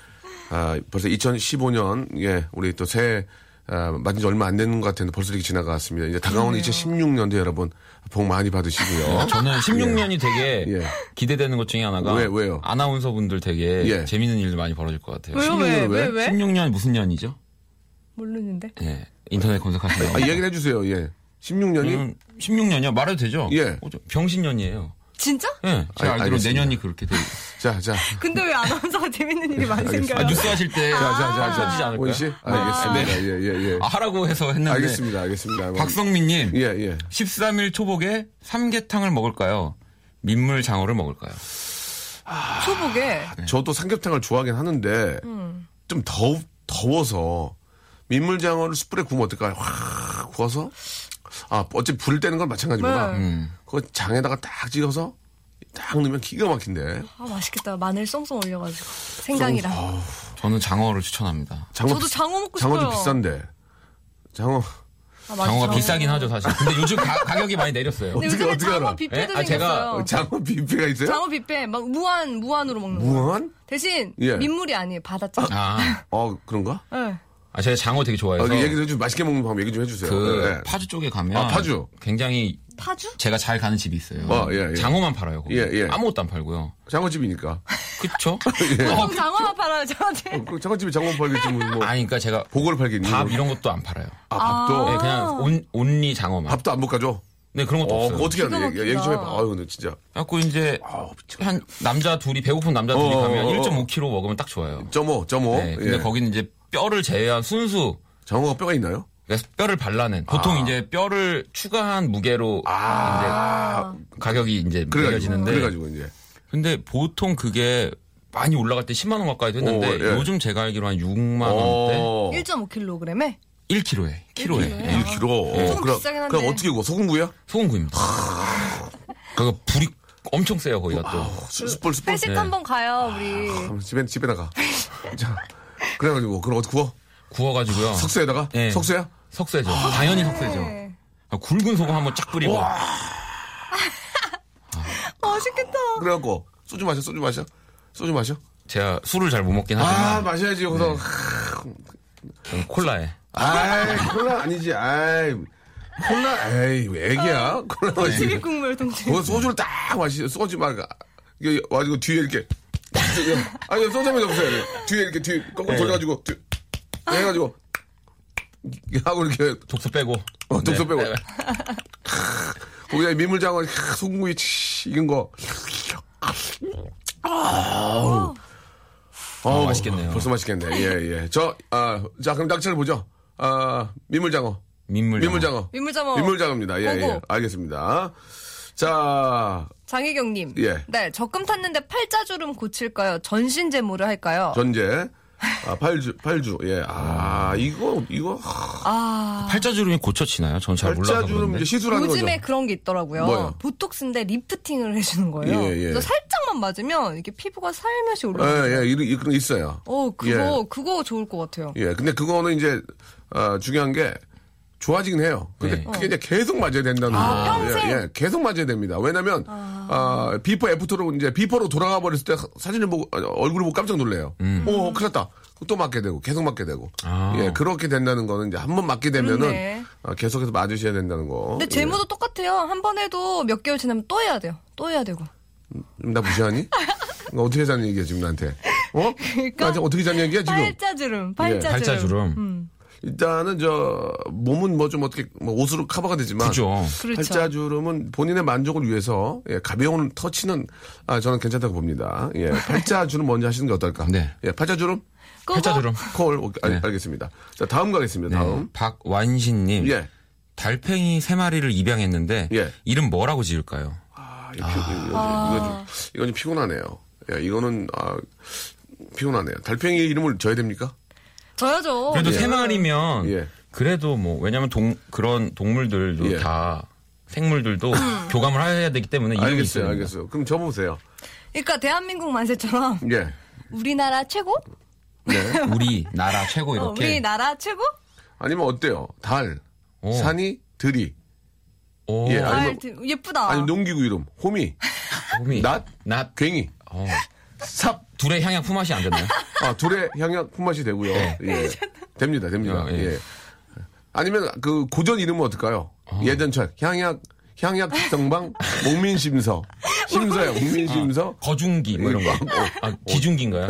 아, 벌써 2015년, 예, 우리 또 새해, 아, 맞은 지 얼마 안 된 것 같은데 벌써 이렇게 지나갔습니다. 이제
네.
다가오는 2016년도 여러분, 복 많이 받으시고요.
저는 16년이 되게
예.
기대되는 것 중에 하나가
왜, 왜요?
아나운서 분들 되게
예.
재밌는 일도 많이 벌어질 것 같아요.
왜요 왜왜 왜? 왜?
16년 무슨 년이죠?
모르는데.
예. 인터넷 검색하시면
아, 이야기를 해주세요, 예. 16년이?
음. 16년이요. 말해도 되죠?
예. 아,
어, 저 병신년이에요.
진짜?
예. 제가
알-
알기로
알겠습니다.
내년이 그렇게 돼.
자, 자.
근데 왜 아나운서가 재밌는 일이 많이
알겠습니다.
생겨요?
아, 뉴스 하실 때
자, 자, 자, 자.
하시지 않을까요?
원 씨? 알겠습니다. 예, 예, 예.
아, 하라고 해서 했는데
알겠습니다, 알겠습니다.
어. 박성민 님.
예, 예.
13일 초복에 삼계탕을 먹을까요? 민물 장어를 먹을까요?
초복에.
저도 삼겹탕을 좋아하긴 하는데,
음.
좀 더, 더워서, 민물장어를 숯불에 구우면 어떨까요? 확 구워서? 아, 어차피 불 때는 건 마찬가지구나.
네.
음.
그거 장에다가 딱 찍어서 딱 넣으면 기가 막힌데.
아 맛있겠다. 마늘 쏭쏭 올려가지고 생강이랑.
아,
저는 장어를 추천합니다.
장어
저도
비-
장어 먹고
장어도
싶어요.
비싼데. 장어.
아, 맞아.
장어가 비싸긴 하죠, 사실. 근데 요즘 가, 격이 많이 내렸어요.
근데
어떻게-
요즘에
어떻게
장어
알아?
뷔페도
예? 아, 제가-
생겼어요.
장어 뷔페가 있어요?
장어 뷔페 막 무한 무한으로 먹는 거.
무한?
대신
예.
민물이 아니에요. 바닷장.
아,
어, 그런가?
예.
아, 제가 장어 되게
어,
좋아해서
얘기 좀 해주, 맛있게 먹는 방법 얘기 좀 해주세요.
그
예.
파주 쪽에 가면
아, 파주.
굉장히
파주?
아,
제가 잘 가는 집이 있어요.
어, 예, 예.
장어만 팔아요. 거기.
예, 예.
아무것도 안 팔고요.
장어집이니까. 예.
그쵸?
보통 장어만 팔아요 저한테.
그 장어집에 장어 팔겠지, 뭐. 뭐.
아니, 그러니까 제가
보고를 팔겠니? 뭐.
밥 이런 것도 안 팔아요.
아, 밥도.
네, 그냥 온, 온리 장어만.
밥도 안 볶아줘.
네, 그런 것도
어,
없어요.
그거 어떻게 하는
기가
얘기, 얘기 좀
막히다.
해봐. 아유, 근데 진짜.
그래갖고 이제 한 남자 둘이 배고픈 남자 둘이
어,
가면
어, 어.
1.5kg 먹으면 딱 좋아요.
점오, 점오.
네, 근데
예.
거기는 이제 뼈를 제외한 순수
장어가 뼈가 있나요?
그래서 뼈를 발라낸 보통 이제 뼈를 추가한 무게로
아,
이제 가격이 이제
그래가지고.
매겨지는데
그래가지고, 이제.
근데 보통 그게 많이 올라갈 때 10만 원 가까이도 했는데
오, 예.
요즘 제가 알기로 한 6만 원대
어,
1.5kg에
1kg에 키로에 예.
1kg. 어,
조금
그럼,
비싸긴 한데.
그럼 어떻게 구워? 소금구이야?
소금구이입니다. 그거 불이 엄청 세요 거기가 또.
숯- 숯불, 숯불.
그 회식 한번 가요 우리.
네. 아, 그럼 집에 집에다가 자 그래가지고 그럼 어떻게 구워?
구워가지고요.
석쇠에다가
예.
석쇠야?
석쇠죠. 당연히 석쇠죠.
네.
아, 굵은 소금 한번 쫙 뿌리고
맛있겠다.
그래갖고 소주 마셔 소주 마셔 소주 마셔
제가 술을 잘 못 먹긴
아
하지만
마셔야지 여기서
저는 콜라에
아이 콜라 아니지 아이 콜라 에이 왜
아.
애기야 콜라 마시
비빔국물 동치.
그 소주를 딱 마시 소주 막 이게 와가지고 뒤에 이렇게 아니 소주 한번 없어요 뒤에 이렇게 뒤에 거꾸로 돌려가지고 뒤- 해가지고 하고 이렇게
독소 빼고
어, 독소
네.
빼고. 거기다 민물장어 캬, 소금구이 치, 익은 거. 아우.
아, 맛있겠네요.
벌써 맛있겠네. 예, 예. 저, 아, 자, 그럼 낙차를 보죠. 아, 민물장어.
민물
민물장어.
민물장어.
민물장어입니다. 예, 예.
고고.
알겠습니다. 자,
장혜경님.
예.
네 적금 탔는데 팔자주름 고칠까요? 전신 제모를 할까요?
전제. 아, 팔주, 팔주. 예. 아, 이거, 이거. 하,
아.
팔자주름이 고쳐지나요? 전 잘 몰라서
발자주름
그런데.
이제 시술하는 거죠.
요즘에 그런 게 있더라고요.
뭐요?
보톡스인데 리프팅을 해주는 거예요.
예, 예.
그래서 살짝만 맞으면 이렇게 피부가 살며시 올라가요.
예, 예, 이런, 이- 그런 거 있어요.
어, 그거, 그거 좋을 것 같아요.
예, 근데 그거는 이제, 아, 중요한 게, 좋아지긴 해요. 근데
네.
그게 이제 계속 맞아야 된다는
아,
거예요.
평생?
예, 예, 계속 맞아야 됩니다. 왜냐면, 아, 비포 애프터로, 이제 비포로 돌아가 버렸을 때 사진을 보고, 아, 얼굴을 보고 깜짝 놀래요. 오, 큰일 났다. 또 맞게 되고, 계속 맞게 되고.
음. 아.
예, 그렇게 된다는 거는 이제 한 번 맞게 되면은,
그렇네.
아, 계속해서 맞으셔야 된다는 거.
근데 제모도 똑같아요. 한 번 해도 몇 개월 지나면 또 해야 돼요. 또 해야 되고.
예. 나 무시하니? 이거 어떻게 하자는 얘기야, 지금 나한테. 어?
그러니까
나 지금 어떻게 자는 얘기야, 지금? 예,
팔자주름, 팔자주름.
팔자주름.
일단은 저 몸은 뭐 좀 어떻게 뭐 옷으로 커버가 되지만
그죠.
그렇죠.
팔자주름은 본인의 만족을 위해서 예, 가벼운 터치는 아 저는 괜찮다고 봅니다. 예, 팔자주름 먼저 하시는 게 어떨까?
네.
예, 팔자주름
그거
아, 팔자주름.
콜 오케이, 알-
네.
알겠습니다. 자 다음 가겠습니다.
네.
다음
박완신님.
예.
달팽이 세 마리를 입양했는데
예.
이름 뭐라고 지을까요?
아, 이거, 이거, 이거 좀 이건 좀 피곤하네요. 예, 이거는 아 피곤하네요. 달팽이 이름을 줘야 됩니까?
저야죠.
그래도 세 마리면
어, 예.
그래도 뭐 왜냐면 동 그런 동물들도
예.
다 생물들도 교감을 해야 되기 때문에 이름이
알겠어요,
있어요.
알겠어요. 그럼 저 보세요.
그러니까 대한민국 만세처럼
예.
우리나라 최고?
우리 나라 최고
어,
이렇게.
우리나라 최고?
아니면 어때요? 달,
오.
산이, 들이.
오.
예, 아니- 아니면-
아, 드- 예쁘다.
아니 농기구 이름 호미,
호미.
낫,
낫.
괭이,
네. 어.
삽.
둘의 향약 품앗이 안 됐나요?
아, 둘의 향약 품맛이 되고요. 예. 됩니다, 됩니다.
어,
예.
네. 예.
아니면 그 고전 이름은 어떨까요? 예전철 향약 향약 정방 목민심서 심서요 목민심서
거중기 뭐 이런 거. 아, 기중기인가요?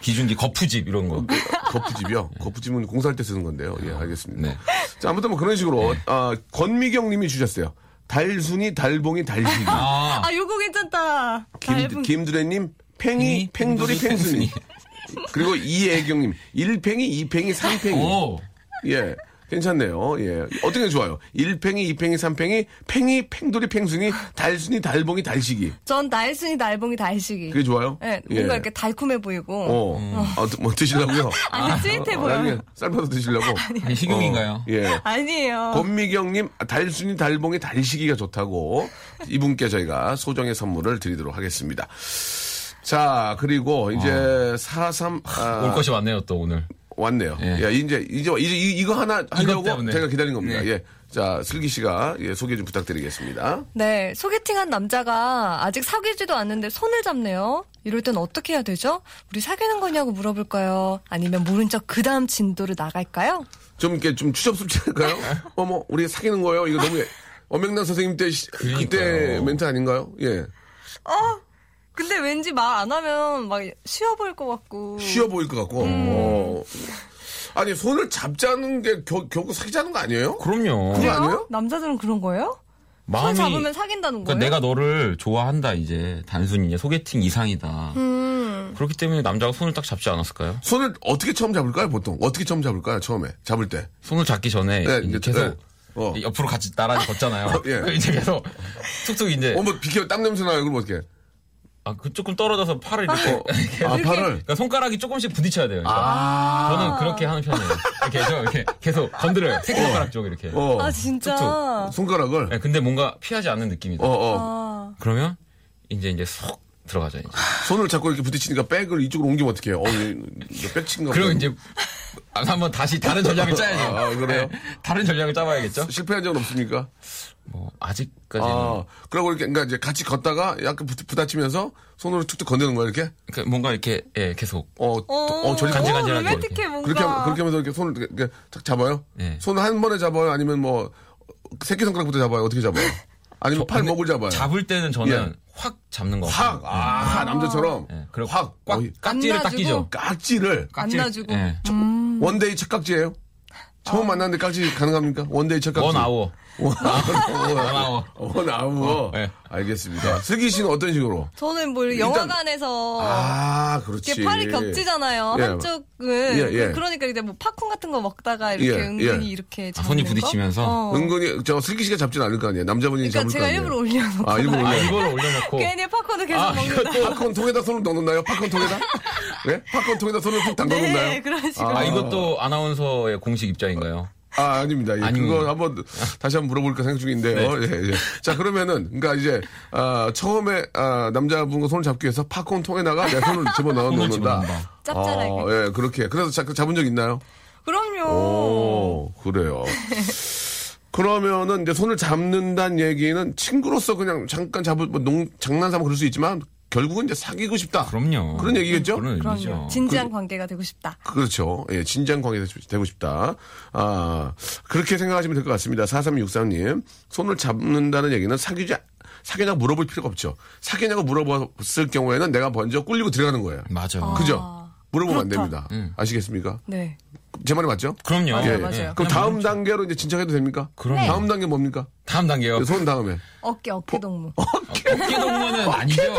기중기 거푸집 이런 거.
아. 거푸집이요. 거푸집은 공사할 때 쓰는 건데요. 예, 알겠습니다.
네.
자, 아무튼 뭐 그런 식으로 아, 권미경님이 주셨어요. 달순이, 달봉이, 달식이.
아.
아, 요거 괜찮다.
김,
얇은-
김두래님 팽이,
팽이,
팽돌이,
팽돌이,
팽순이. 그리고 이애경님 일팽이, 이팽이, 삼팽이.
오.
예. 괜찮네요. 예. 어떻게 좋아요? 일팽이, 이팽이, 삼팽이, 팽이, 팽돌이, 팽순이, 달순이, 달봉이, 달식이.
전 날순이, 날봉이, 달식이.
그게 좋아요?
예, 뭔가 이렇게 음. 달콤해 보이고.
어. 아, 드- 뭐 드시려고요?
아니, 스윗해 보여요.
나중에 삶아서 드시려고.
아니, 식용인가요?
어, 예.
어.
아니에요.
권미경님, 아, 달순이, 달봉이, 달식이가 좋다고 이분께 저희가 소정의 선물을 드리도록 하겠습니다. 자, 그리고 이제 사삼 아,
어. 올 것이 많네요 또 오늘.
왔네요.
예.
야, 이제, 이제, 이제 이- 이거 하나 하려고
때문에.
제가 기다린 겁니다.
네.
예. 자, 슬기 씨가 예, 소개 좀 부탁드리겠습니다.
네, 소개팅한 남자가 아직 사귀지도 않는데 손을 잡네요. 이럴 땐 어떻게 해야 되죠? 우리 사귀는 거냐고 물어볼까요? 아니면 모른 척 그 다음 진도로 나갈까요?
좀 이렇게 좀 추접스럽지 않을까요? 어머, 우리 사귀는 거예요? 이거 너무 엄명난 선생님 때, 시- 그때
그러니까요. 음.
멘트 아닌가요? 예.
근데 왠지 말 안 하면 막 쉬어 보일 것 같고.
쉬워 보일 것 같고.
음.
어. 아니, 손을 잡자는 게 겨, 결국 사귀자는 거 아니에요?
그럼요.
그래요?
어?
아니에요?
남자들은 그런 거예요?
마음이-
손 잡으면 사귄다는
그러니까
거예요?
내가 너를 좋아한다 이제 단순히 이제 소개팅 이상이다. 그렇기 때문에 남자가 손을 딱 잡지 않았을까요?
손을 어떻게 처음 잡을까요, 보통? 어떻게 처음 잡을까요, 처음에? 잡을 때.
손을 잡기 전에
네, 이제,
예, 이제 계속 예.
네. 어.
옆으로 같이 따라 걷잖아요.
예.
그 이제 계속 툭툭 이제
어머, 뭐, 비켜, 땀 냄새 나요, 그럼 어떻게?
아, 그 조금 떨어져서 팔을 이렇게 이렇게
아, 팔을?
그러니까 손가락이 조금씩 부딪혀야 돼요. 그러니까
아.
저는 그렇게 하는 편이에요. 이렇게 계속 이렇게 계속 건드려요. 새끼손가락 쪽 이렇게.
어.
아, 진짜.
툭툭.
손가락을.
네, 근데 뭔가 피하지 않는 느낌이다.
어, 어.
아,
그러면 이제 이제 쏙 들어가죠. 이제.
손을 자꾸 이렇게 부딪히니까 백을 이쪽으로 옮기면 어떡해요? 어, 백친가
그럼 이제 아, 한번 다시 다른 전략을 짜야죠. 네,
아, 그래요?
다른 전략을 짜봐야겠죠.
실패한 적은 없습니까?
뭐 아직까지는
아, 그러고 이렇게, 그러니까 이제 같이 걷다가 약간 부, 부딪히면서 손으로 툭툭 건드는 거야, 이렇게?
그러니까 뭔가 이렇게 예 계속
어, 또- 어, 저리
간지간-
어,
간질간질하게
로맨틱해
이렇게.
뭔가.
그렇게, 하면- 그렇게 하면서 이렇게 손을 이렇게 탁 잡아요?
네.
손을 한 번에 잡아요? 아니면 뭐, 새끼손가락부터 잡아요? 어떻게 잡아요? 아니면 팔 목을 잡아요?
잡을 때는 저는 확 잡는 거
예. 확!
같아요.
아, 남자처럼.
예, 그리고
확!
꽉
거의
깍지를 딱
안 놔주고.
끼죠.
깍지를.
깍지.
놔주고.
예.
음.
원데이 첫 깍지예요 처음 만났는데 깍지 가능합니까? 원데이 첫 깍지.
원 아워.
원아워.
원아워.
원아워.
어, 예.
알겠습니다. 슬기 씨는 어떤 식으로?
저는 뭐 영화관에서
아, 그렇지.
이게 팔이 겹치잖아요.
예.
한쪽은
예, 예.
그러니까 이제 뭐 팝콘 같은 거 먹다가 이렇게
예,
은근히
예.
이렇게
아,
잡는
손이
거?
부딪히면서?
어.
은근히, 저 슬기 씨가 잡진 않을 거 아니에요? 남자분이
그러니까
잡을 거
제가
아니에요?
일부러 올려놓고
아, 일부러
아,
올려요.
이걸 올려놓고
괜히 팝콘을 계속
아,
먹는다.
팝콘 통에다 손을 넣어놓나요? 팝콘 통에다? 네? 팝콘통에다 손을 푹 담가놓나요?
네, 그런 식으로.
아, 이것도 아나운서의 공식 입장인가요?
아, 아닙니다. 예,
아닙니다.
그거 한번 다시 한번 물어볼까 생각 중인데요. 예, 예. 자, 그러면은, 그러니까 이제, 아, 처음에, 아, 남자분과 손을 잡기 위해서 팝콘 통에다가 내 손을 집어 넣어
손을
놓는다.
집어넣는다.
짭짤하게.
아, 예, 그렇게. 그래서 자, 잡은 적 있나요?
그럼요.
오, 그래요. 그러면은 이제 손을 잡는다는 얘기는 친구로서 그냥 잠깐 잡을, 뭐 농, 장난 삼아 그럴 수 있지만 결국은 이제 사귀고 싶다.
그럼요.
런 얘기겠죠?
그런 의미죠.
그럼요. 진지한 관계가 되고 싶다.
그렇죠. 예, 진지한 관계가 되고 싶다. 아, 그렇게 생각하시면 될 것 같습니다. 4363님. 손을 잡는다는 얘기는 사귀지, 사귀냐고 물어볼 필요가 없죠. 사귀냐고 물어봤을 경우에는 내가 먼저 꿀리고 들어가는 거예요.
맞아. 요
그죠? 물어보면 안 됩니다. 아시겠습니까?
네.
제 말이 맞죠?
그럼요.
맞아요,
예,
맞아요.
예.
그럼 다음 단계로 이제 진척해도 됩니까?
그럼요.
다음 단계 뭡니까?
다음 단계요.
손 다음에.
어깨 어깨 동무.
어깨 동무는 아니죠.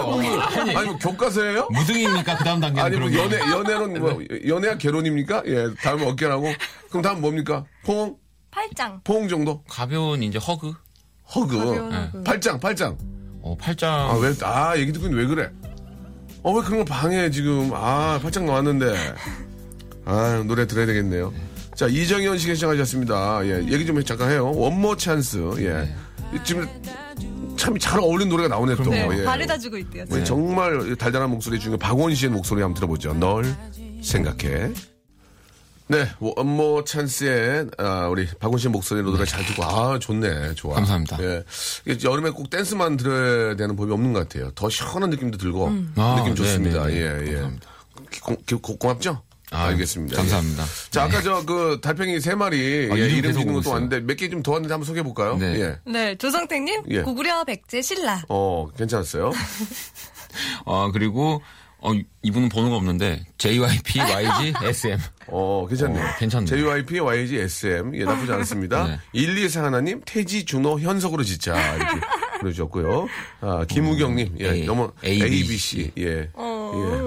아니,
아니, 뭐 교과서예요?
무등입니까? 그 다음 단계는
아니, 뭐
그런
연애,
게.
연애론, 뭐, 연애학 개론입니까? 예, 다음에 어깨라고. 그럼 다음 뭡니까? 포옹?
팔짱.
포옹 정도?
가벼운 이제 허그.
허그.
가벼운
예.
허그.
팔짱, 팔짱.
어, 팔짱.
아, 왜, 아, 얘기 듣고 있는데 왜 그래? 어, 왜 그런 걸 방해해, 지금. 아, 팔짱 나왔는데. 아, 노래 들어야 되겠네요. 자, 이정현 씨가 시작하셨습니다. 예, 얘기 좀 잠깐 해요. 원모 찬스. 예. 지금 참 잘 어울리는 노래가 나오네, 또.
네.
예.
발에다 주고 있대요.
우리 정말 달달한 목소리 중에 박원 씨의 목소리 한번 들어보죠. 널 생각해. 네, 원모 찬스의 아, 우리 박원 씨 목소리로 노래 잘 듣고 아 좋네, 좋아.
네. 감사합니다.
예, 이게 여름에 꼭 댄스만 들어야 되는 법이 없는 것 같아요. 더 시원한 느낌도 들고 음.
아,
느낌
네,
좋습니다.
네, 네.
예, 예.
감사합니다.
고, 고, 고맙죠?
아,
알겠습니다.
감사합니다. 네.
예. 자, 아까 저 그 달팽이 세 마리
아,
예,
이름
이름
계속
짓는
보고
것도
있어요.
왔는데 몇 개 좀 더 왔는데 한번 소개해 볼까요?
네.
예.
네, 조성택님
예.
고구려 백제 신라.
어, 괜찮았어요.
아, 그리고, 어, 이분은 번호가 없는데, JYP, YG, SM.
어, 괜찮네요.
어, 괜찮네요.
JYP, YG, SM. 예, 나쁘지 않습니다.
네.
124 하나님, 태지, 준호, 현석으로 짓자. 이렇게 보내주셨고요. 아, 김우경님, 예,
음, A,
너무
ABC.
ABC. 예. 예,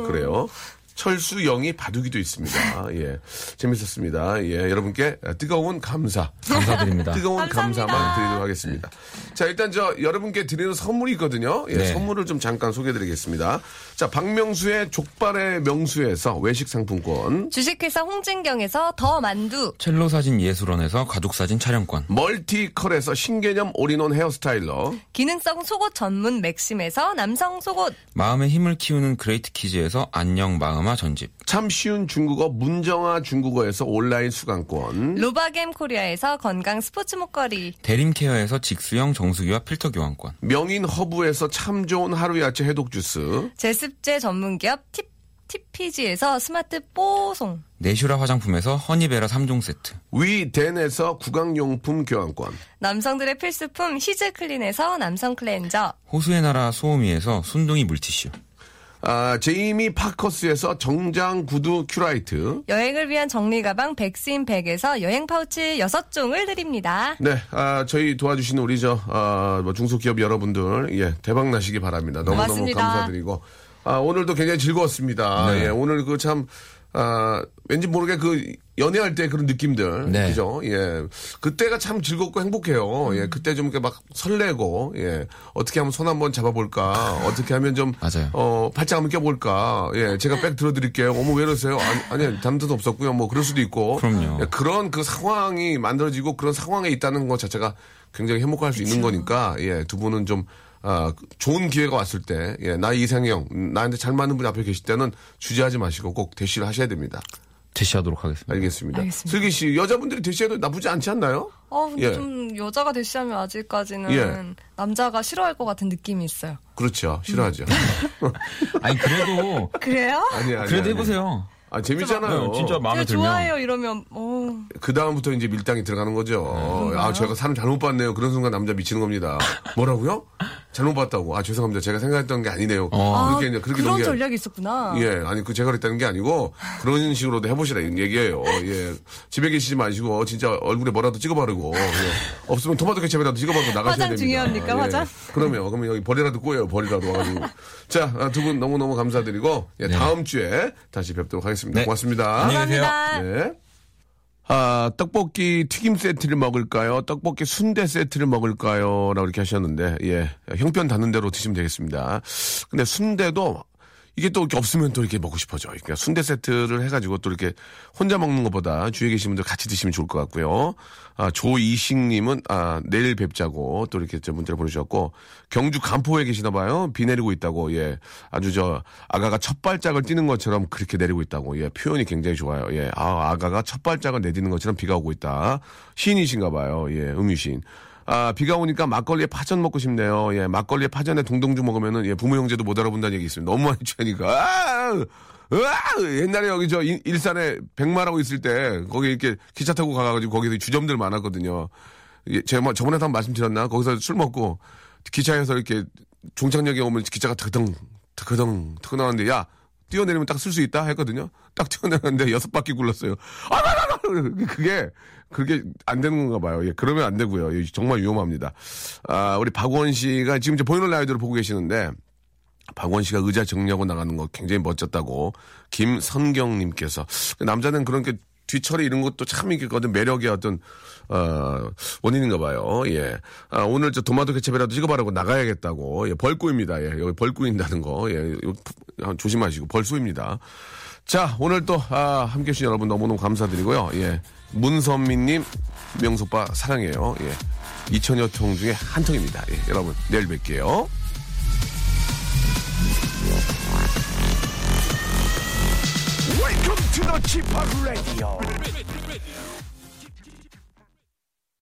그래요. 철수 영이 바둑이도 있습니다. 예. 재밌었습니다. 예, 여러분께 뜨거운 감사.
감사드립니다.
뜨거운
감사합니다.
감사만 드리도록 하겠습니다. 자, 일단 저 여러분께 드리는 선물이 있거든요. 예,
네.
선물을 좀 잠깐 소개해 드리겠습니다. 자, 박명수의 족발의 명수에서 외식 상품권.
주식회사 홍진경에서 더 만두.
첼로 사진 예술원에서 가족사진 촬영권.
멀티컬에서 신개념 올인원 헤어스타일러
기능성 속옷 전문 맥심에서 남성 속옷.
마음의 힘을 키우는 그레이트 키즈에서 안녕 마음아 전집.
참 쉬운 중국어 문정아 중국어에서 온라인 수강권
로바겜 코리아에서 건강 스포츠 목걸이.
대림 케어에서 직수형 정수기와 필터 교환권.
명인 허브에서 참 좋은 하루 야채 해독 주스
제습제 전문기업 팁, TPG에서 스마트 뽀송.
네슈라 화장품에서 허니베라 3종 세트.
위덴에서 구강용품 교환권
남성들의 필수품 히즈클린에서 남성 클렌저.
호수의 나라 소오미에서 순둥이 물티슈.
아, 제이미 파커스에서 정장 구두 큐라이트
여행을 위한 정리 가방 백스인백에서 여행 파우치 6종을 드립니다.
네, 아, 저희 도와주시는 우리 저, 아, 뭐 중소기업 여러분들, 예, 대박 나시기 바랍니다. 너무너무
고맙습니다.
감사드리고. 아, 오늘도 굉장히 즐거웠습니다.
네.
예, 오늘 그 참, 아, 왠지 모르게 그 연애할 때 그런 느낌들.
네.
그죠? 예. 그때가 참 즐겁고 행복해요. 예, 그때 좀 이렇게 막 설레고, 예. 어떻게 하면 손 한번 잡아볼까? 어떻게 하면 좀.
맞아요.
어, 팔짱 한번 껴볼까? 예,
네.
제가 백 들어드릴게요. 어머, 왜 이러세요? 아니, 아니, 담뜻 없었고요. 뭐, 그럴 수도 있고.
그럼요.
예, 그런 그 상황이 만들어지고 그런 상황에 있다는 것 자체가 굉장히 행복할 수 있는 거니까 예 두 분은 좀 아, 좋은 기회가 왔을 때, 예, 나 이상형, 음, 나한테 잘 맞는 분이 앞에 계실 때는 주저하지 마시고 꼭 대시를 하셔야 됩니다.
제시하도록 하겠습니다.
알겠습니다.
알겠습니다.
슬기 씨, 여자분들이 대시해도 나쁘지 않지 않나요?
어, 근데
예.
좀 여자가 대시하면 아직까지는
예.
남자가 싫어할 것 같은 느낌이 있어요.
그렇죠. 싫어하죠.
아니 그래도
그래요?
아니, 아니.
그래도
아니.
해보세요.
아, 재밌잖아요.
네, 진짜 마음에
제가
들면.
좋아해요 이러면 어,
그 다음부터 이제 밀당이 들어가는 거죠.
네.
아, 제가 사람 잘못 봤네요. 그런 순간 남자 미치는 겁니다. 뭐라고요? 잘못 봤다고. 아, 죄송합니다. 제가 생각했던 게 아니네요.
어.
그렇게 이제 그렇게
그런
넘겨요.
전략이 있었구나.
예, 아니 그 제가 그랬다는 게 아니고 그런 식으로도 해보시라 이런 얘기예요. 예, 집에 계시지 마시고 진짜 얼굴에 뭐라도 찍어바르고 예. 없으면 토마토 케첩이라도 찍어바르고 나가셔야
화장
됩니다.
중요합니까,
예.
화장?
그러면 그러면 여기 버리라도 꼬여요. 버리라도 와가지고 자, 아, 두 분 너무 너무 감사드리고 예, 다음 주에 다시 뵙도록 하겠습니다.
네.
고맙습니다.
안녕히 계세요.
감사합니다.
네. 아, 떡볶이 튀김 세트를 먹을까요? 떡볶이 순대 세트를 먹을까요? 라고 이렇게 하셨는데, 예. 형편 닿는 대로 드시면 되겠습니다. 근데 순대도 이게 또 이렇게 없으면 또 이렇게 먹고 싶어져. 그러니까 순대 세트를 해가지고 또 이렇게 혼자 먹는 것보다 주위에 계신 분들 같이 드시면 좋을 것 같고요. 아, 조이식님은, 아, 내일 뵙자고 또 이렇게 저 문자를 보내주셨고, 경주 간포에 계시나봐요. 비 내리고 있다고, 예. 아주 저, 아가가 첫 발짝을 뛰는 것처럼 그렇게 내리고 있다고, 예. 표현이 굉장히 좋아요. 예. 아, 아가가 첫 발짝을 내딛는 것처럼 비가 오고 있다. 시인이신가봐요. 예. 음유시인. 아, 비가 오니까 막걸리에 파전 먹고 싶네요. 예, 막걸리에 파전에 동동주 먹으면은, 예, 부모 형제도 못 알아본다는 얘기 있습니다. 너무 많이 취하니까. 아! 으아! 옛날에 여기 저 일- 일산에 백마라고 있을 때, 거기 이렇게 기차 타고 가가지고 거기서 주점들 많았거든요. 예, 제, 뭐 저번에도 한번 말씀드렸나? 거기서 술 먹고, 기차에서 이렇게 종착역에 오면 기차가 드덩, 드덩, 드덩 나왔는데, 야! 뛰어내리면 딱 쓸 수 있다 했거든요. 딱 뛰어내렸는데 여섯 바퀴 굴렀어요. 아, 나, 나, 나! 그게, 그게 안 되는 건가 봐요. 예, 그러면 안 되고요. 예, 정말 위험합니다. 아, 우리 박원 씨가 지금 이제 보이는 라이드로 보고 계시는데, 박원 씨가 의자 정리하고 나가는 거 굉장히 멋졌다고 김선경님께서 남자는 그런 게 뒤처리 이런 것도 참 있거든 매력의 어떤 어, 원인인가 봐요. 예, 아, 오늘 저 도마도 개체배라도 찍어봐라고 나가야겠다고 예, 벌꿀입니다. 예, 여기 벌꿀인다는 거 예, 이거 푸- 아, 조심하시고 벌수입니다. 자, 오늘 또 아, 함께해 주신 여러분 너무너무 감사드리고요. 예, 문선미님, 명소빠 사랑해요. 예, 2천여 통 중에 한 통입니다. 예, 여러분 내일 뵐게요.
Welcome to the Chip Radio.